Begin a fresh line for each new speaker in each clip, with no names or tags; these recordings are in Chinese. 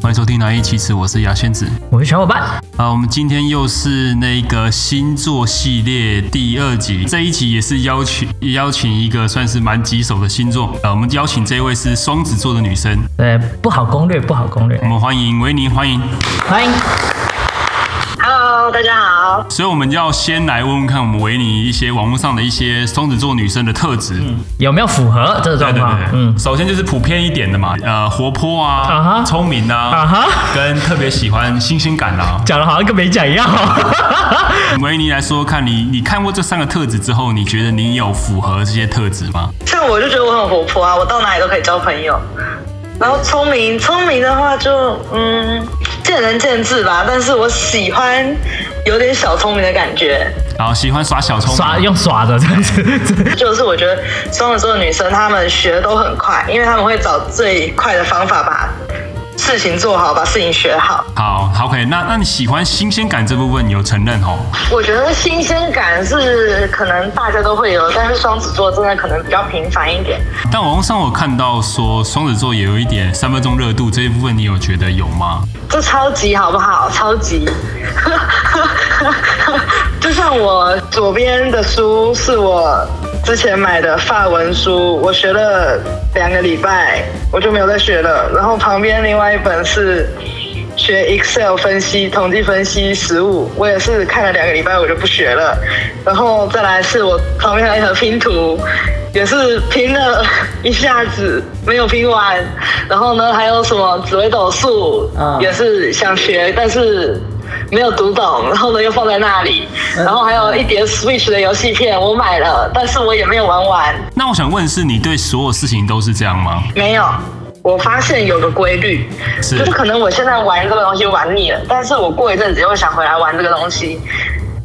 欢迎收听《来一其实我是牙仙子。
我是小伙伴。
啊，我们今天又是那个星座系列第二集，这一集也是邀请邀请一个算是蛮棘手的星座。啊，我们邀请这位是双子座的女生，
呃，不好攻略，不好攻略
我。们欢迎维尼，欢迎。
欢迎。
Hello，大家好。
所以我们要先来问问看我们维尼一些网络上的一些双子座女生的特质。
有没有符合这
对
个嗯状
对
况
对，？
嗯
嗯，。首先就是普遍一点的嘛，呃，活泼
啊
啊，
哈
聪、明啊，
啊哈，
跟特别喜欢新鲜感 啊。
讲的好像跟没讲一样。
维尼来说，看你你看过这三个特质之后，你觉得你有符合这些特质吗？
像我就觉得我很活泼啊，我到哪里都可以交朋友。然后聪明，聪明的话就嗯见仁见智吧。但是我喜欢有点小聪明的感觉，
然后喜欢耍小聪
耍
明，
用耍的这样子，
就是我觉得双子座的女生她们学都很快，因为她们会找最快的方法把事情做好，把事情学好。
好好 OK，那那你喜欢新鲜感这部分，你有承认吼？
我觉得新鲜感是可能大家都会有，但是双子座真的可能比较频繁一点。
但网络上我看到说双子座也有一点三分钟热度这一部分，你有觉得有吗？
这超级好不好？超级， 就像我左边的书是我之前买的法文书，我学了两个礼拜，我就没有再学了。然后旁边另外一本是学 Excel 分析、统计分析实务，我也是看了两个礼拜，我就不学了。然后再来是我旁边还有一盒拼图，也是拼了一下子没有拼完。然后呢，还有什么紫微斗数，
啊
嗯
也是想学，但是。没有读懂，然后呢又放在那里，
嗯
然后还有一叠 Switch 的游戏片，我买了，但是我也没有玩完。
那我想问，是你对所有事情都是这样吗？
没有，我发现有个规律，
是
就是可能我现在玩这个东西玩腻了，但是我过一阵子又想回来玩这个东西，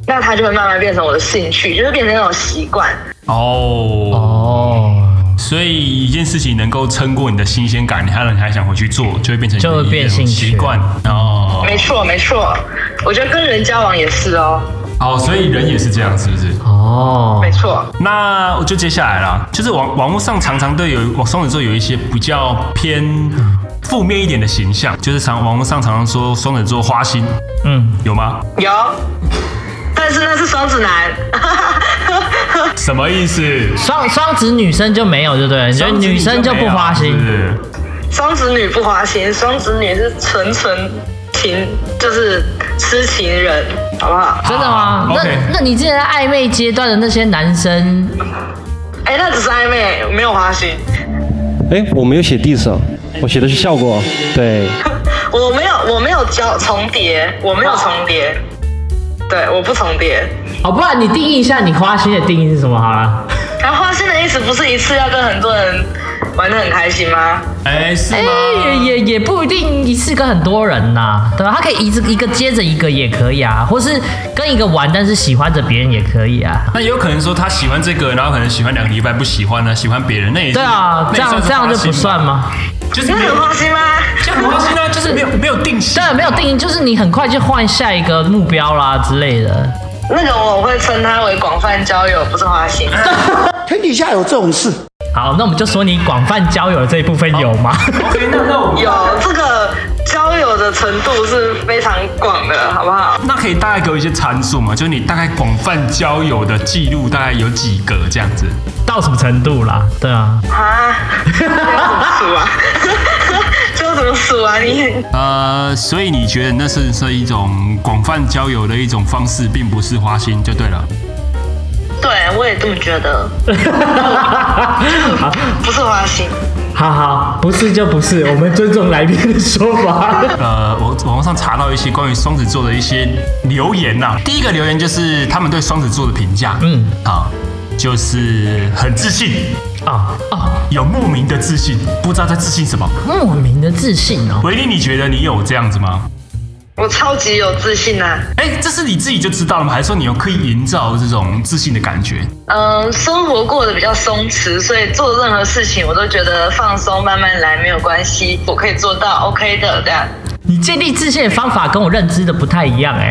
那它就会慢慢变成我的兴趣，就是变成那种习惯。
哦，
哦，
所以一件事情能够撑过你的新鲜感，你还能还想回去做，就会变成你的
就会变
一种
兴趣
习惯哦。
没错，没错，我觉得跟人交往也是哦，
哦，所以人也是这样，是不是？
哦
没错。
那我就接下来啦，就是网网络上常常对有往双子座有一些比较偏负面一点的形象，就是常网络上常常说双子座花心，
嗯，
有吗？
有，但是那是双子男，
什么意思？
双双子女生就没有，对不对？所以女生就不花
是不
心。
是
双子女不花心，双子女是纯纯情，就是痴情人，好不好？
真的吗？
好
那
哦 OK
那你之前在暧昧阶段的那些男生，
哎，那只是暧昧，没有花心。
哎，我没有写 diss，哦我写的是效果。啊对，
我没有，我没有交重叠，我没有重叠，对，我不重叠。
哦，不然你定义一下你花心的定义是什么好了？
然后花心的意思不是一次要跟很多人玩得很开心吗？
哎，是
哎、
吗？
也也也不一定一次跟很多人呐、对吧？他可以一次一个接着一个也可以啊，或是跟一个玩，但是喜欢着别人也可以啊。
那也有可能说他喜欢这个，然后可能喜欢两个礼拜不喜欢呢，喜欢别人，那也是
对啊，
那
这
也
样
是
这样就不算
花心吧？
吗？
就是
那
没
很
有，
花心吗？
就很花心啊，就是没有没有定性，
对，啊没有定义，就是你很快就换下一个目标啦之类的。
那个我会称它为广泛交友，不是花心。
天底下有这种事？
好，那我们就说你广泛交友的这一部分有 吗？
OK，那那我们
有这个交友的程度是非常广的，好不好？
那可以大概给我一些参数嘛？就是你大概广泛交友的记录大概有几个这样子？
到什么程度啦？对啊，
啊， 这要怎么数啊？这要怎么数啊？你
呃，所以你觉得那是是一种广泛交友的一种方式，并不是花心就对了。
对我也这么觉得，不是花心。
好好，不是就不是，我们尊重来宾的说法。
呃，我网上查到一些关于双子座的一些呃留言呐、第一个留言就是他们对双子座的评价，
嗯，
啊，就是很自信，
啊啊，
有莫名的自信，不知道在自信什么。
莫名的自信哦。
维尼，你觉得你有这样子吗？
我超级有自信啊！
哎，这是你自己就知道了吗？还是说你有刻意营造这种自信的感觉？
嗯，生活过得比较松弛，所以做任何事情我都觉得放松，慢慢来没有关系，我可以做到，OK 的这样。
你建立自信的方法跟我认知的不太一样哎、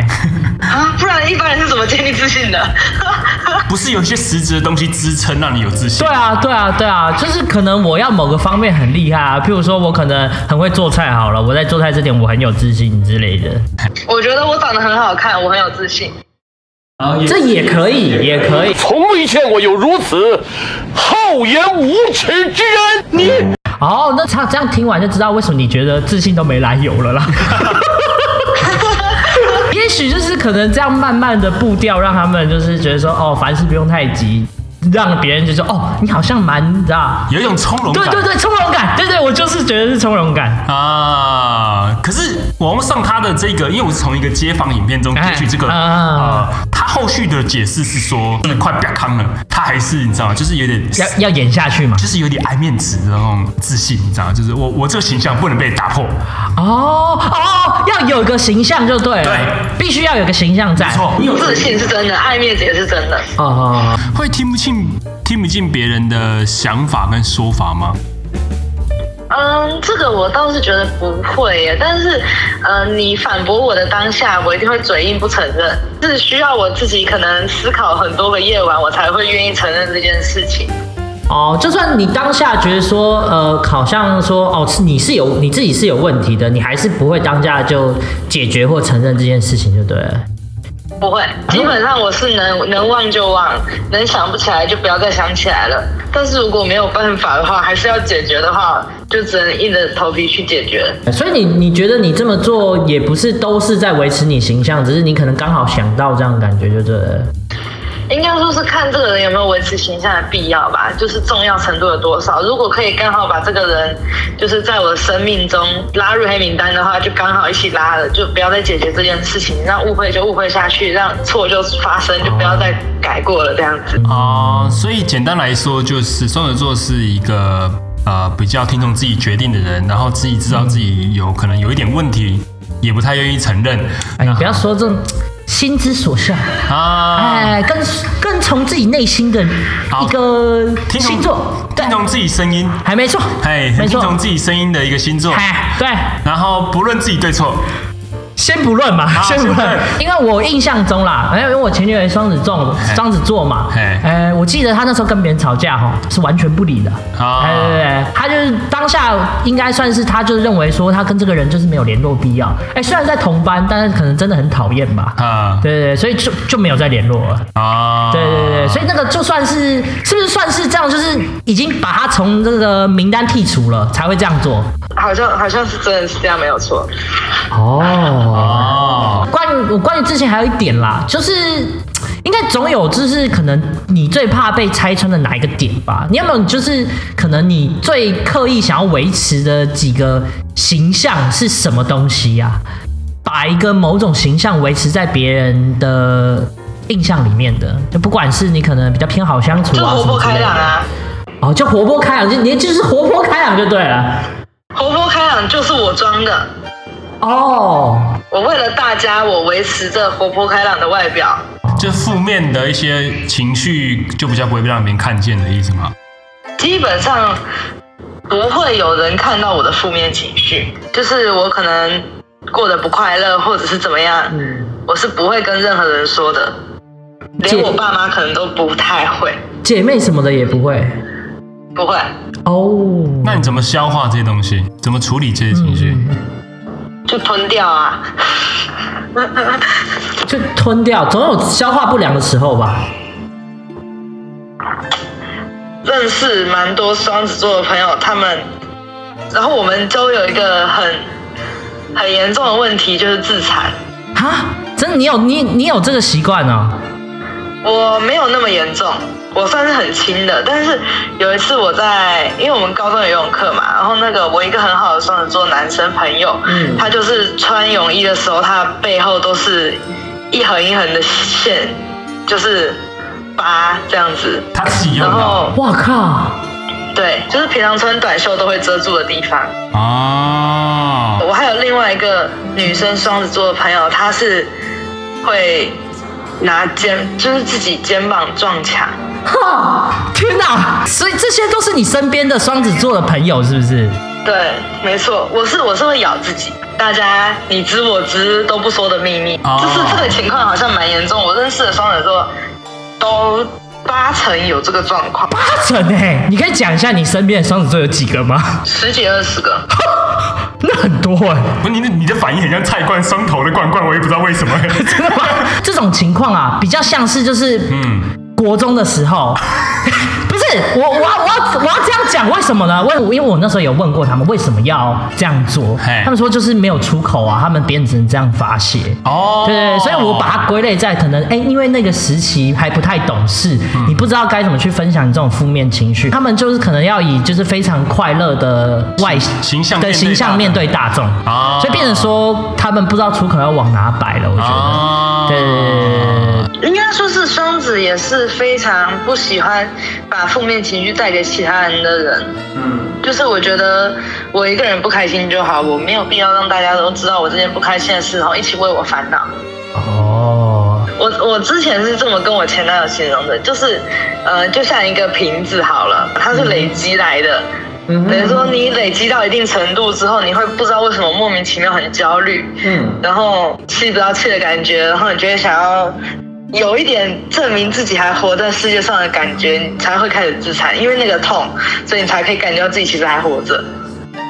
啊，不然一般人是怎么建立自信的？
不是有一些实质的东西支撑让你有自信
对？啊，对啊，对啊，就是可能我要某个方面很厉害啊，譬如说我可能很会做菜好了，我在做菜这点我很有自信之类的，
我觉得我长得很好看，我很有自信。
然后
这也可以，也可以。
从未见过有如此厚颜无耻之人！你
哦，那他这样听完就知道为什么你觉得自信都没来由了 啦。也许就是可能这样慢慢的步调，让他们就是觉得说，哦，凡事不用太急，让别人就说，哦，你好像蛮，你知道？
有一种从容
对
感。
对对，从容感，对对，我就是觉得是从容感。
啊！可是网络上他的这个，因为我是从一个街访影片中截取这个
哎
啊
啊，
他后续的解释是说，真的快瘪康了，他还是你知道吗？就是有点，
要要演下去嘛？
就是有点爱面子的那种自信，你知道吗？就是我我这个形象不能被打破，
哦哦，要有个形象就对了，
对
必须要有个形象在。
没错，哎你有
自信是真的，爱面子也是真的。
哦哦，哦
会听不进听不进别人的想法跟说法吗？
嗯，这个我倒是觉得不会耶，但是，呃，你反驳我的当下，我一定会嘴硬不承认，是需要我自己可能思考很多个夜晚，我才会愿意承认这件事情。
哦，就算你当下觉得说，呃，好像说，哦，是你是有你自己是有问题的，你还是不会当下就解决或承认这件事情，就对了。
不会，基本上我是能能忘就忘，能想不起来就不要再想起来了。但是如果没有办法的话，还是要解决的话，就只能硬着头皮去解决。
所以你你觉得你这么做也不是都是在维持你形象，只是你可能刚好想到这样的感觉，就对了。
应该说是看这个人有没有维持形象的必要吧，就是重要程度有多少。如果可以刚好把这个人，就是在我的生命中拉入黑名单的话，就刚好一起拉了，就不要再解决这件事情，让误会就误会下去，让错就发生，就不要再改过了这样子。
啊、所以简单来说，就是双子座是一个呃比较听从自己决定的人，然后自己知道自己有可能有一点问题，也不太愿意承认。
哎，不要说这种心之所向，
嗯啊，
哎，更更从自己内心的一个
听从
星座，对
听，从自己声音，
还没错，
嘿，
没
听
错，
从自己声音的一个星座，
哎，对，
然后不论自己对错，
先不论嘛，
好
先不
先不
论
论，
因为我印象中啦，哎，因为我前女友也双子座，双子座嘛，
嘿
哎，我记得她那时候跟别人吵架哈，是完全不理的，
啊
哎，对对对，她就是当下应该算是她就认为说她跟这个人就是没有联络必要，哎，虽然在同班，但是可能真的很讨厌吧，
啊
对对对，所以就就没有再联络了。
啊，
对对对，所以那个就算是是不是算是这样，就是已经把他从这个名单剔除了，才会这样做。
好像好像是真的是这样，没有错。
哦，
哦，
关于我关于之前还有一点啦，就是应该总有就是可能你最怕被拆穿的哪一个点吧？你有没有就是可能你最刻意想要维持的几个形象是什么东西呀、把一个某种形象维持在别人的印象里面的，就不管是你可能比较偏好相处
就
啊，
活
什么
泼
之类
开
的
朗啊，
哦，就活泼开朗，就你就是活泼开朗就对了。
活泼开朗就是我装的。
哦，
我为了大家，我维持着活泼开朗的外表。
就负面的一些情绪就比较不会被让别人看见的意思吗？
基本上不会有人看到我的负面情绪，就是我可能过得不快乐或者是怎么样，
嗯
我是不会跟任何人说的，连
姐
我爸妈可能都不太会，
姐妹什么的也不会。
不会，
哦，
那你怎么消化这些东西？怎么处理这些情绪？
嗯
就吞掉啊。
就吞掉，总有消化不良的时候吧。
认识蛮多双子座的朋友，他们，然后我们都有一个很很严重的问题，就是自残。
哈，真的，你有你你有这个习惯哦。
我没有那么严重，我算是很轻的。但是有一次我在，因为我们高中有游泳课嘛，然后那个我一个很好的双子座男生朋友，
嗯
他就是穿泳衣的时候，他背后都是一横一横的线，就是疤这样子。
他自己用
然
的
后
哇靠！
对，就是平常穿短袖都会遮住的地方。
啊，
我还有另外一个女生双子座的朋友，她是会拿肩，就是自己肩膀撞墙。
哈，天哪！所以这些都是你身边的双子座的朋友，是不是？
对，没错，我是我是会咬自己，大家你知我知都不说的秘密。
哦
就是这个情况好像蛮严重，我认识的双子座都八成有这个状况，
八成哎、你可以讲一下你身边的双子座有几个吗？
十几二十个。
那很多哎、
不，你的你的反应很像菜罐双头的罐罐，我也不知道为什么。
真的吗？这种情况啊，比较像是就是
嗯，
国中的时候， 不是我我要我要我要这样讲，为什么呢？为因为我那时候有问过他们为什么要这样做
嘿，
他们说就是没有出口啊，他们别人只能这样发泄。
哦，
对，所以我把它归类在可能，哎、因为那个时期还不太懂事，
嗯
你不知道该怎么去分享你这种负面情绪，他们就是可能要以就是非常快乐的外
形象面对大众
的形象面对大众，
啊
所以变成说他们不知道出口要往哪摆了，我觉得，
啊，
对对对对对对，
应该说是双子也是非常不喜欢把负面情绪带给其他人的人。嗯，就是我觉得我一个人不开心就好，我没有必要让大家都知道我这件不开心的事，然后一起为我烦恼。
哦，
我我之前是这么跟我前男友形容的，就是，呃，就像一个瓶子好了，它是累积来的。等于说你累积到一定程度之后，你会不知道为什么莫名其妙很焦虑，嗯，然后气不到气的感觉，然后你就会想要有一点证明自己还活在世界上的感觉，你才会开始自残，因为那个痛，所以你才可以感觉到自己其实还活着，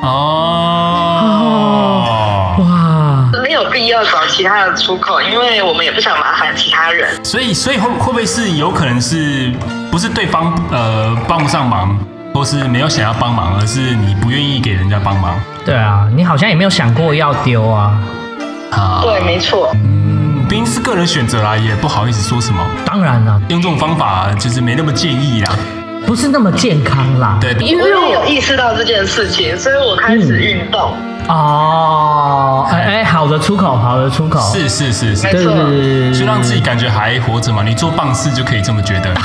哦。
哇，
没有必要找其他的出口，因为我们也不想麻烦其他人。
所以，所以会会不会是有可能是不是对方呃帮不上忙，或是没有想要帮忙，而是你不愿意给人家帮忙
对啊，你好像也没有想过要丢啊，
啊？
对，没错。
嗯，毕竟是个人选择啦，也不好意思说什么。
当然了，
用这种方法就是没那么建议啦。
不是那么健康啦，
对，
因为
哎
我有意识到这件事情，所以我开始运动。
哦，哎、哎、好的出口，好的出口，
是是是是，
哦对，对对对对对
就让自己感觉还活着嘛。你做棒事就可以这么觉得。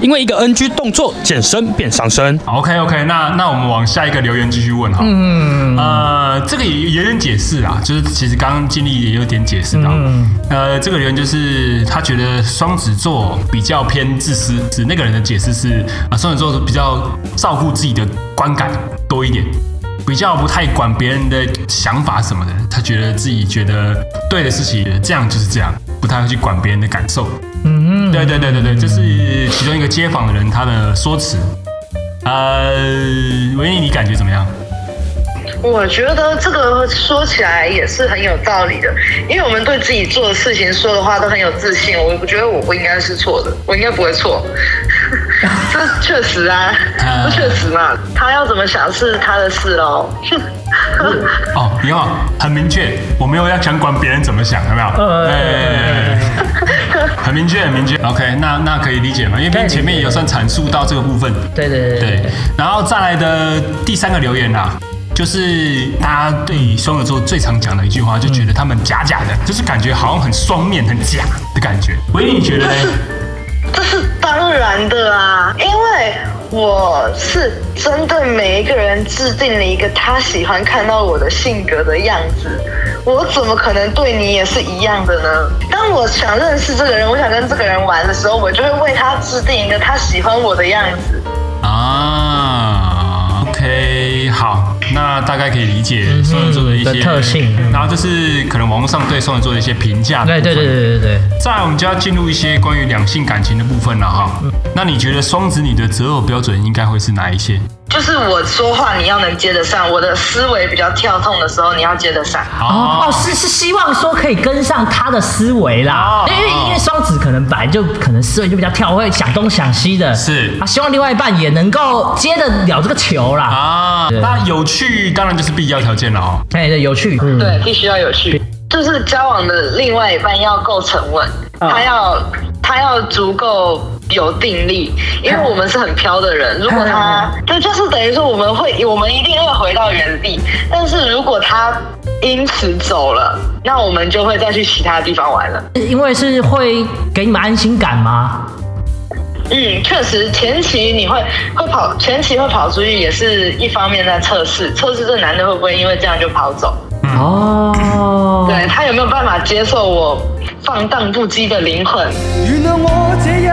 因为一个 NG 动作，健身变上身。
OK OK，那那我们往下一个留言继续问哈。嗯，呃，这个也有点解释啦，就是其实刚刚经历也有点解释到。
嗯
呃，这个留言就是他觉得双子座比较偏自私，指那个人的解释是啊，双子座比较照顾自己的观感多一点。比较不太管别人的想法什么的，他觉得自己觉得对的事情，这样就是这样，不太会去管别人的感受。
嗯，
对对对对对，这是其中一个街访的人他的说辞。呃，维尼，你感觉怎么样？
我觉得这个说起来也是很有道理的，因为我们对自己做的事情、说的话都很有自信。我我觉得我不应该是错的，我应该不会错。 这确实啊，这确实嘛，他要怎么想是他的事 喽。
哦，你好，很明确，我没有要想管别人怎么想，有没有？
呃
哎很明确，很明确。OK，那那可以理解嘛？因为毕竟前面也有算阐述到这个部分。
对对对
对，然后再来的第三个留言啊，就是大家对于双子座最常讲的一句话，就觉得他们假假的，就是感觉好像很双面、很假的感觉。维尼，你觉得呢？
这是 当然的啊，因为我是针对每一个人制定了一个他喜欢看到我的性格的样子，我怎么可能对你也是一样的呢？当我想认识这个人，我想跟这个人玩的时候，我就会为他制定一个他喜欢我的样子。
啊，OK，好，那大概可以理解双子座的一
嗯
些
的特性
然后这是可能网络上对双子座的一些评价。
哎对对对。对对对，
再来，我们就要进入一些关于两性感情的部分了哈。
嗯
那你觉得双子女的择偶标准应该会是哪一些？
就是我说话你要能接得上，我的思维比较跳动的时候，你要接得上。
哦哦，是是希望说可以跟上他的思维啦
哦，
因为
哦
因为双子可能本来就可能思维就比较跳，会想东想西的，
是
啊，希望另外一半也能够接得了这个球啦，
啊，
对
那有趣当然就是必要条件了哦。
哎，对，有趣，嗯，
对，必须要有趣。就是交往的另外一半要够沉稳，他要他要足够有定力，因为我们是很飘的人。如果他对，就是等于说我们会，我们一定会回到原地。但是如果他因此走了，那我们就会再去其他地方玩了。
因为是会给你们安心感吗？
嗯，确实，前期你会会跑，前期会跑出去也是一方面在测试，测试这男的会不会因为这样就跑走。
嗯
哦，
对他有没有办法接受我放荡不羁的灵魂？
原谅我这一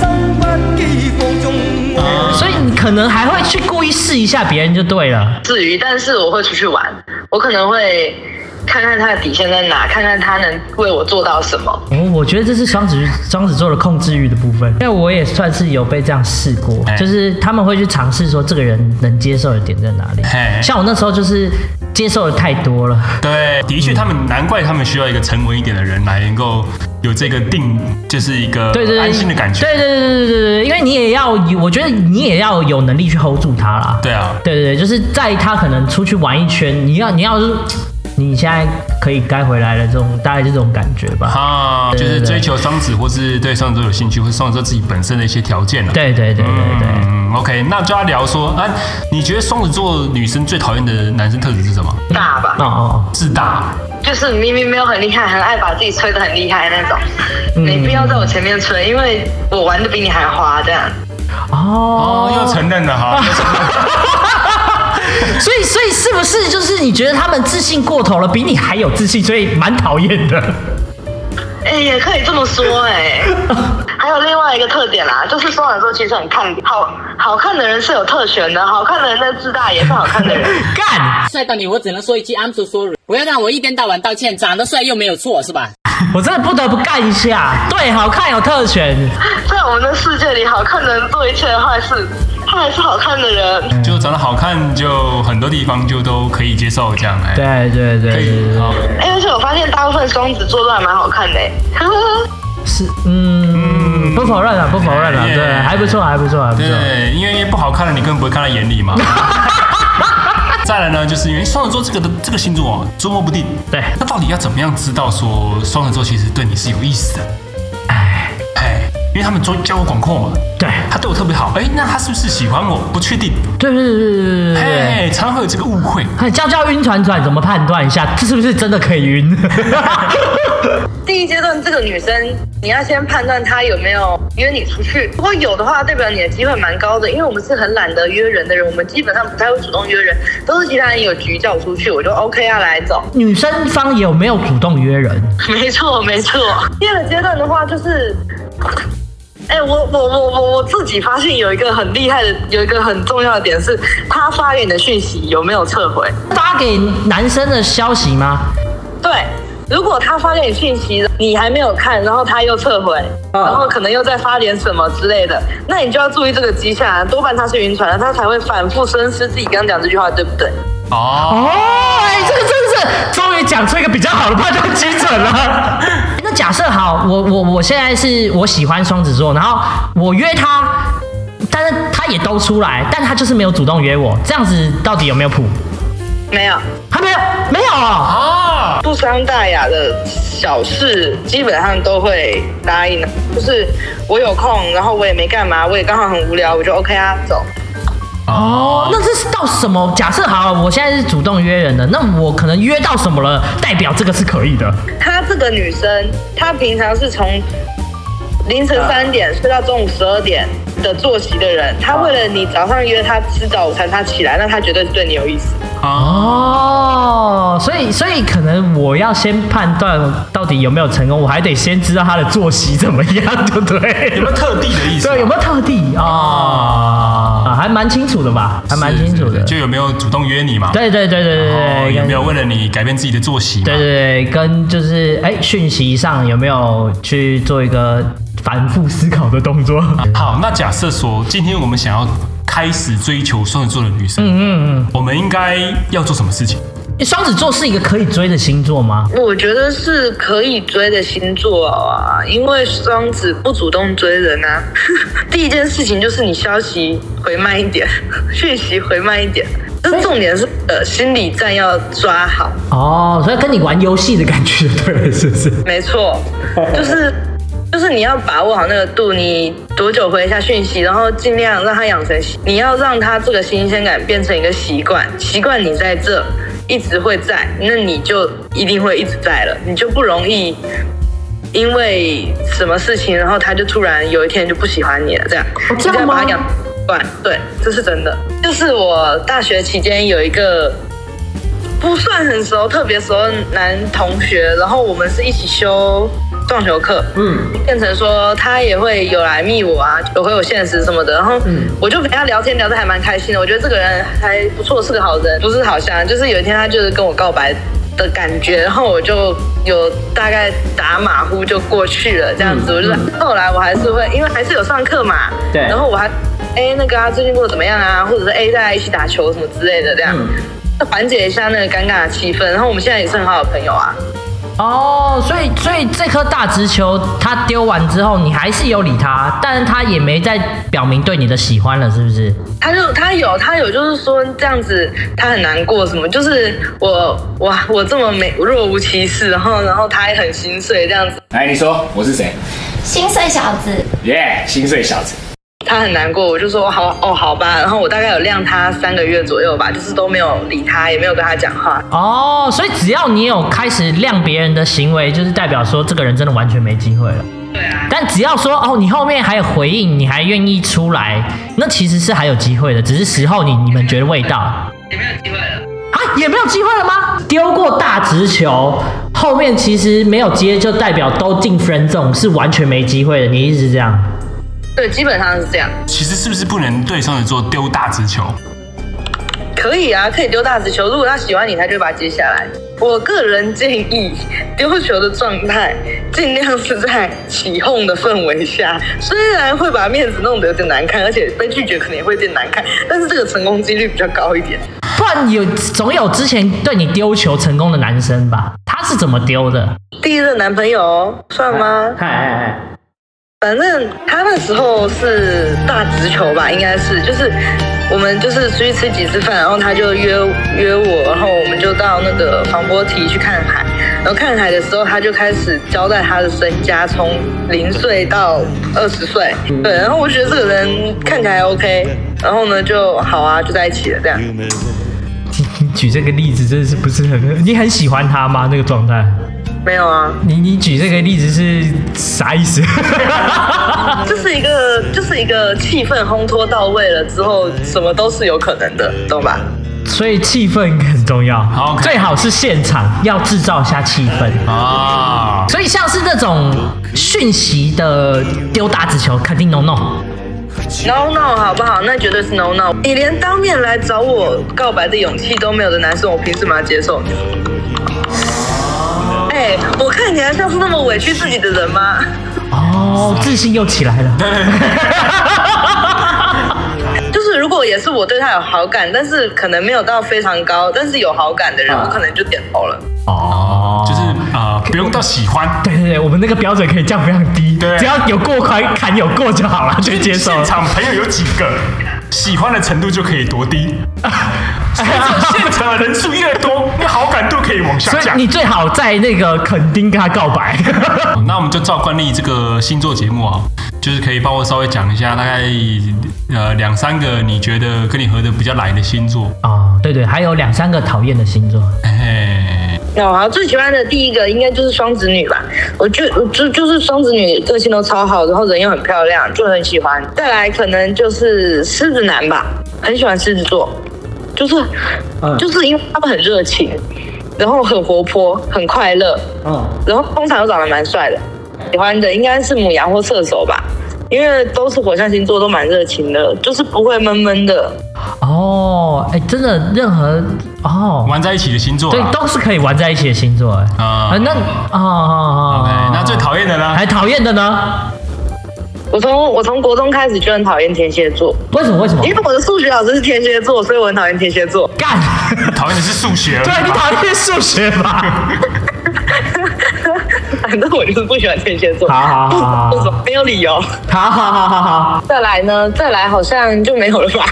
生不羁放纵我。
所以你可能还会去故意试一下别人就对了。
至于，但是我会出去玩，我可能会看看他的底线在哪，看看他能为我做到什么。
哦，我觉得这是双子双子座的控制欲的部分，因为我也算是有被这样试过，
哎
就是他们会去尝试说这个人能接受的点在哪里
哎。
像我那时候就是接受的太多了，
对，的确，他们难怪他们需要一个沉稳一点的人来能够有这个定，就是一个
对对对，
安心的感觉。
对对对对对对，因为你也要有，我觉得你也要有能力去 hold 住他啦。
对啊，
对对对，就是在他可能出去玩一圈，你要你要是你现在可以该回来了，这种大概是这种感觉吧。
啊，
对
就
对
是
对
追求双子，或是对双子座有兴趣，或是双子座自己本身的一些条件了。
对对对对对。
嗯，OK，那就要聊说，啊，你觉得双子座女生最讨厌的男生特质是什么？
大吧，
哦哦，
自大。
就是明明没有很厉害，很爱把自己吹得很厉害那种，没必要在我前面吹，因为我玩的比你还花这样。
哦
哦，又承认了哈。又承认了
所以所以是不是就是你觉得他们自信过头了，比你还有自信，所以蛮讨厌的？
哎、也可以这么说哎、还有另外一个特点啦，就是双子座其实很看好好看的人是有特权的，好看的人在自大也是好看的人。
干！
帅到你，我只能说一句 I'm so sorry，不要让我一天到晚道歉，长得帅又没有错，是吧？
我真的不得不干一下。对，好看有特权。
在我们的世界里，好看的人做一切的坏事，他还是好看的人。
就长得好看，就很多地方就都可以接受这样。哎，
对对对
可
对
以。
对，
好，
哎、而且我发现大部分双子座都还蛮好看的、欸，
是嗯，不否认了，不否认了，
耶
对，还不错，还不错，还不错。
对，因为不好看的你根本不会看在眼 里嘛。再来呢，就是因为双子座这个的这个星座啊，捉摸不定。
对
那到底要怎么样知道说双子座其实对你是有意思的？哎，因为他们做交友广阔嘛，
对
他对我特别好，哎，那他是不是喜欢我？不确定，
对对对对对对对。
哎，常常会有这个误会。
哎，教教晕船船怎么判断一下，这是不是真的可以晕？
第一阶段，这个女生你要先判断她有没有约你出去，如果有的话，代表你的机会蛮高的。因为我们是很懒得约人的人，我们基本上不太会主动约人，都是其他人有局叫我出去，我就 OK 啊，来走。
女生方有没有主动约人？
没错，没错。第二个阶段的话，就是， 哎、我我我我我自己发现有一个很厉害的，有一个很重要的点是，他发给你的讯息有没有撤回？
发给男生的消息吗？
对，如果他发给你讯息，你还没有看，然后他又撤回，然后可能又再发点什么之类的，那你就要注意这个迹象，啊多半他是晕船了，他才会反复深思自己刚刚讲这句话对不对？
哦，
哦，哎、这个真的是终于讲出一个比较好的判断基准了。 那假设好，我我我现在是我喜欢双子座，然后我约他，但是他也都出来，但他就是没有主动约我，这样子到底有没有谱？
没有，
还没有，没有哦。
不伤大雅的小事，基本上都会答应的。就是我有空，然后我也没干嘛，我也刚好很无聊，我就 OK 啊，走。
哦，那这是到什么？假设好，我现在是主动约人的，那我可能约到什么了，代表这个是可以的。
她这个女生，她平常是从凌晨三点睡到中午十二点的作息的人，她为了你早上约她吃早餐，她起来，那她绝对是对你有意思。
哦，所以所以可能我要先判断到底有没有成功，我还得先知道他的作息怎么样，对不对
有没有
了？
特地的意思啊？
对，有没有特地哦？啊，还蛮清楚的吧，还蛮清楚
是是
的
是。就有没有主动约你嘛？
对对对对
哦，
对
有
对，
没有
跟
为了你改变自己的作息嘛？
对对对，跟就是哎，讯息上有没有去做一个反复思考的动作？
好，那假设说今天我们想要开始追求双子座的女生，
嗯嗯
我们应该要做什么事情？
嗯，双子座是一个可以追的星座吗？
我觉得是可以追的星座啊，因为双子不主动追人 啊。第一件事情就是你消息回慢一点， 讯息回慢一点，这重点是呃心理战要抓好。
哦，所以跟你玩游戏的感觉，对，是不是？
没错，就是就是你要把握好那个度，你多久回一下讯息，然后尽量让他养成习，你要让他这个新鲜感变成一个习惯，习惯你在这一直会在，那你就一定会一直在了，你就不容易。因为什么事情，然后他就突然有一天就不喜欢你了，这样，
哦这样
你就要把
吗
他养惯，对，这是真的。就是我大学期间有一个不算很熟，特别熟的男同学，然后我们是一起修撞球课，
嗯，
变成说他也会有来密我啊，有回我现实什么的，然后我就陪他聊天，聊得还蛮开心的。我觉得这个人还不错，是个好人，不是好像就是有一天他就是跟我告白的感觉，然后我就有大概打马虎就过去了，这样子。我就是后来我还是会，因为还是有上课嘛，
对
然后我还哎那个啊最近过得怎么样啊，或者是哎大家一起打球什么之类的这样。缓解一下那个尴尬的气氛，然后我们现在也是很好的朋友啊。
哦，所以所以这颗大直球他丢完之后，你还是有理他，但是他也没再表明对你的喜欢了，是不是？
他就他有他有就是说这样子他很难过什么，就是我我我这么美若无其事，然后然后他也很心碎这样子，
来，哎你说我是谁？
心碎小子，
耶、心碎小子。
他很难过，我就说好哦好吧，然后我大概有晾他三个月左右吧，就是都没有理他，也没有跟他讲话。
哦，所以只要你有开始晾别人的行为，就是代表说这个人真的完全没机会了。
对啊，
但只要说哦，你后面还有回应，你还愿意出来，那其实是还有机会的，只是时候你你们觉得味道啊
也没有机会了。
也没有机会了吗？丢过大直球，后面其实没有接，就代表都进 friend zone 是完全没机会的。你一直这样，
对，基本上是这样。
其实是不是不能对双子座丢大直球？
可以啊，可以丢大直球。如果他喜欢你，他就会把它接下来。我个人建议，丢球的状态尽量是在起哄的氛围下，虽然会把面子弄得有点难看，而且被拒绝可能也会有点难看，但是这个成功几率比较高一点。
不然有总有之前对你丢球成功的男生吧？他是怎么丢的？
第一任男朋友算吗？
嗨嗨嗨！
反正他那时候是大直球吧，应该是就是我们就是出去吃几次饭，然后他就约约我，然后我们就到那个防波堤去看海，然后看海的时候他就开始交代他的身家，从零岁到二十岁，对，然后我觉得这个人看起来 OK，然嗯后呢就好啊，就在一起了这样。
你举这个例子真的是不是很？你很喜欢他吗？那个状态？
没有啊，
你你举这个例子是啥意思？
就是一个就是一个气氛烘托到位了之后，什么都是有可能的，懂吧？
所以气氛很重要，
好，OK
最好是现场，要制造一下气氛。
啊，
所以像是这种讯息的丢大纸球，肯定 no no。
No no，好不好？那绝对是 No no。你连当面来找我告白的勇气都没有的男生，我凭什么要接受你？哎、我看起来像是那么委屈自己的人吗？
哦，自信又起来了。
就是如果也是我对他有好感，但是可能没有到非常高，但是有好感的人，我可能就点头了。
哦，
就是呃，不用到喜欢，
对对对，我们那个标准可以降非常低，
对
只要有过坎坎有过就好了，就接受
现
了。
场朋友有几个，喜欢的程度就可以多 低。所以这现场的人数越多，那好感度可以往下
所以
降。
你最好在那个垦丁跟他告白。
那我们就照惯例这个星座节目啊，就是可以帮我稍微讲一下，大概呃两三个你觉得跟你合的比较来的星座。
哦，对对，还有两三个讨厌的星座。
哎，
有啊，最喜欢的第一个应该就是双子女吧，我就我就就是双子女个性都超好，然后人又很漂亮，就很喜欢。再来可能就是狮子男吧，很喜欢狮子座，就是、就是因为他们很热情，然后很活泼，很快乐，
嗯，
然后通常都长得蛮帅的。喜欢的应该是母羊或射手吧，因为都是火象星座，都蛮热情的，就是不会闷闷的。
哦，哎，真的，任何哦，
玩在一起的星座
对
啊，，
都是可以玩在一起的星座哎。
啊
啊，那哦哦
OK，
哦，
那最讨厌的呢？
还讨厌的呢？
我从我从国中开始就很讨厌天蝎座，
为什么？为什么
因？为我的数学老师是天蝎座，所以我很讨厌天蝎座。
干！
讨厌的是数学。
对你讨厌数学吧？
反正我就是不喜欢天蝎座。
好好好好
不不没有理由。
好好好好好，
再来呢？再来好像就没有了吧？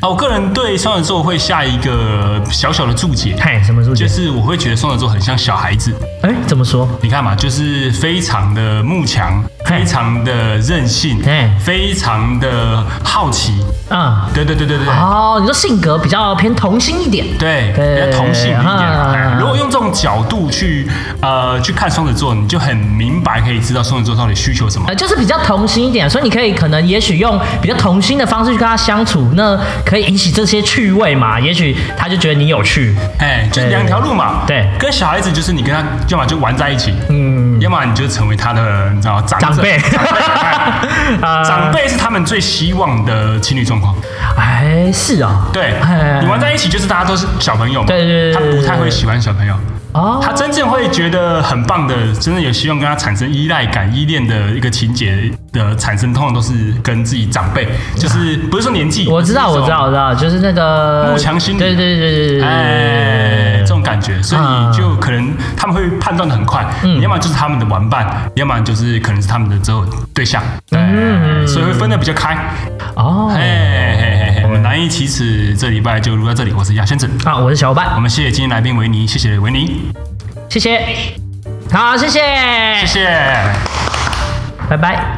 啊，我个人对双子座会下一个小小的注解，
嘿，什么数学
就？是我会觉得双子座很像小孩子。
哎，怎么说？
你看嘛，就是非常的慕强，非常的任性
嘿，
非常的好奇。
啊、
对对对对对。
哦，你说性格比较偏童心一点，
对，
对
比较同性一点。
啊
哎如果用这种角度去呃去看双子座，你就很明白可以知道双子座到底需求什么。
呃，就是比较童心一点，所以你可以可能也许用比较童心的方式去跟他相处，那可以引起这些趣味嘛，也许他就觉得你有趣，
哎，就是
对
两条路嘛。
对
跟小孩子就是你跟他，要么就玩在一起，嗯，要么你就成为他的，你知道长者
长辈
长辈
啊
哎长辈是他们最希望的情侣状况。
哎，是啊、
对
哎，
你玩在一起就是大家都是小朋友嘛，
对对对对
他不太会喜欢小朋友。
哦，
他真正会觉得很棒的，真的有希望跟他产生依赖感、依恋的一个情节的产生，通常都是跟自己长辈，就是不是说年纪，
啊我知道，
是
我
说
知道，我知道，就是那个
慕强心理
对对对对对对对，
哎，这种感觉，所
啊
以就可能他们会判断的很快，
嗯
你要么就是他们的玩伴，要么就是可能是他们的之后对象，
嗯
对，所以会分的比较开，
哦，
哎嘿嘿嘿，我们难以启齿，这礼拜就录到这里，我是牙仙子，
啊，我是小伙
我
伴，
们谢谢今天来宾维尼，谢谢维尼，
谢谢，好，谢谢，
谢
谢，
谢。
拜拜。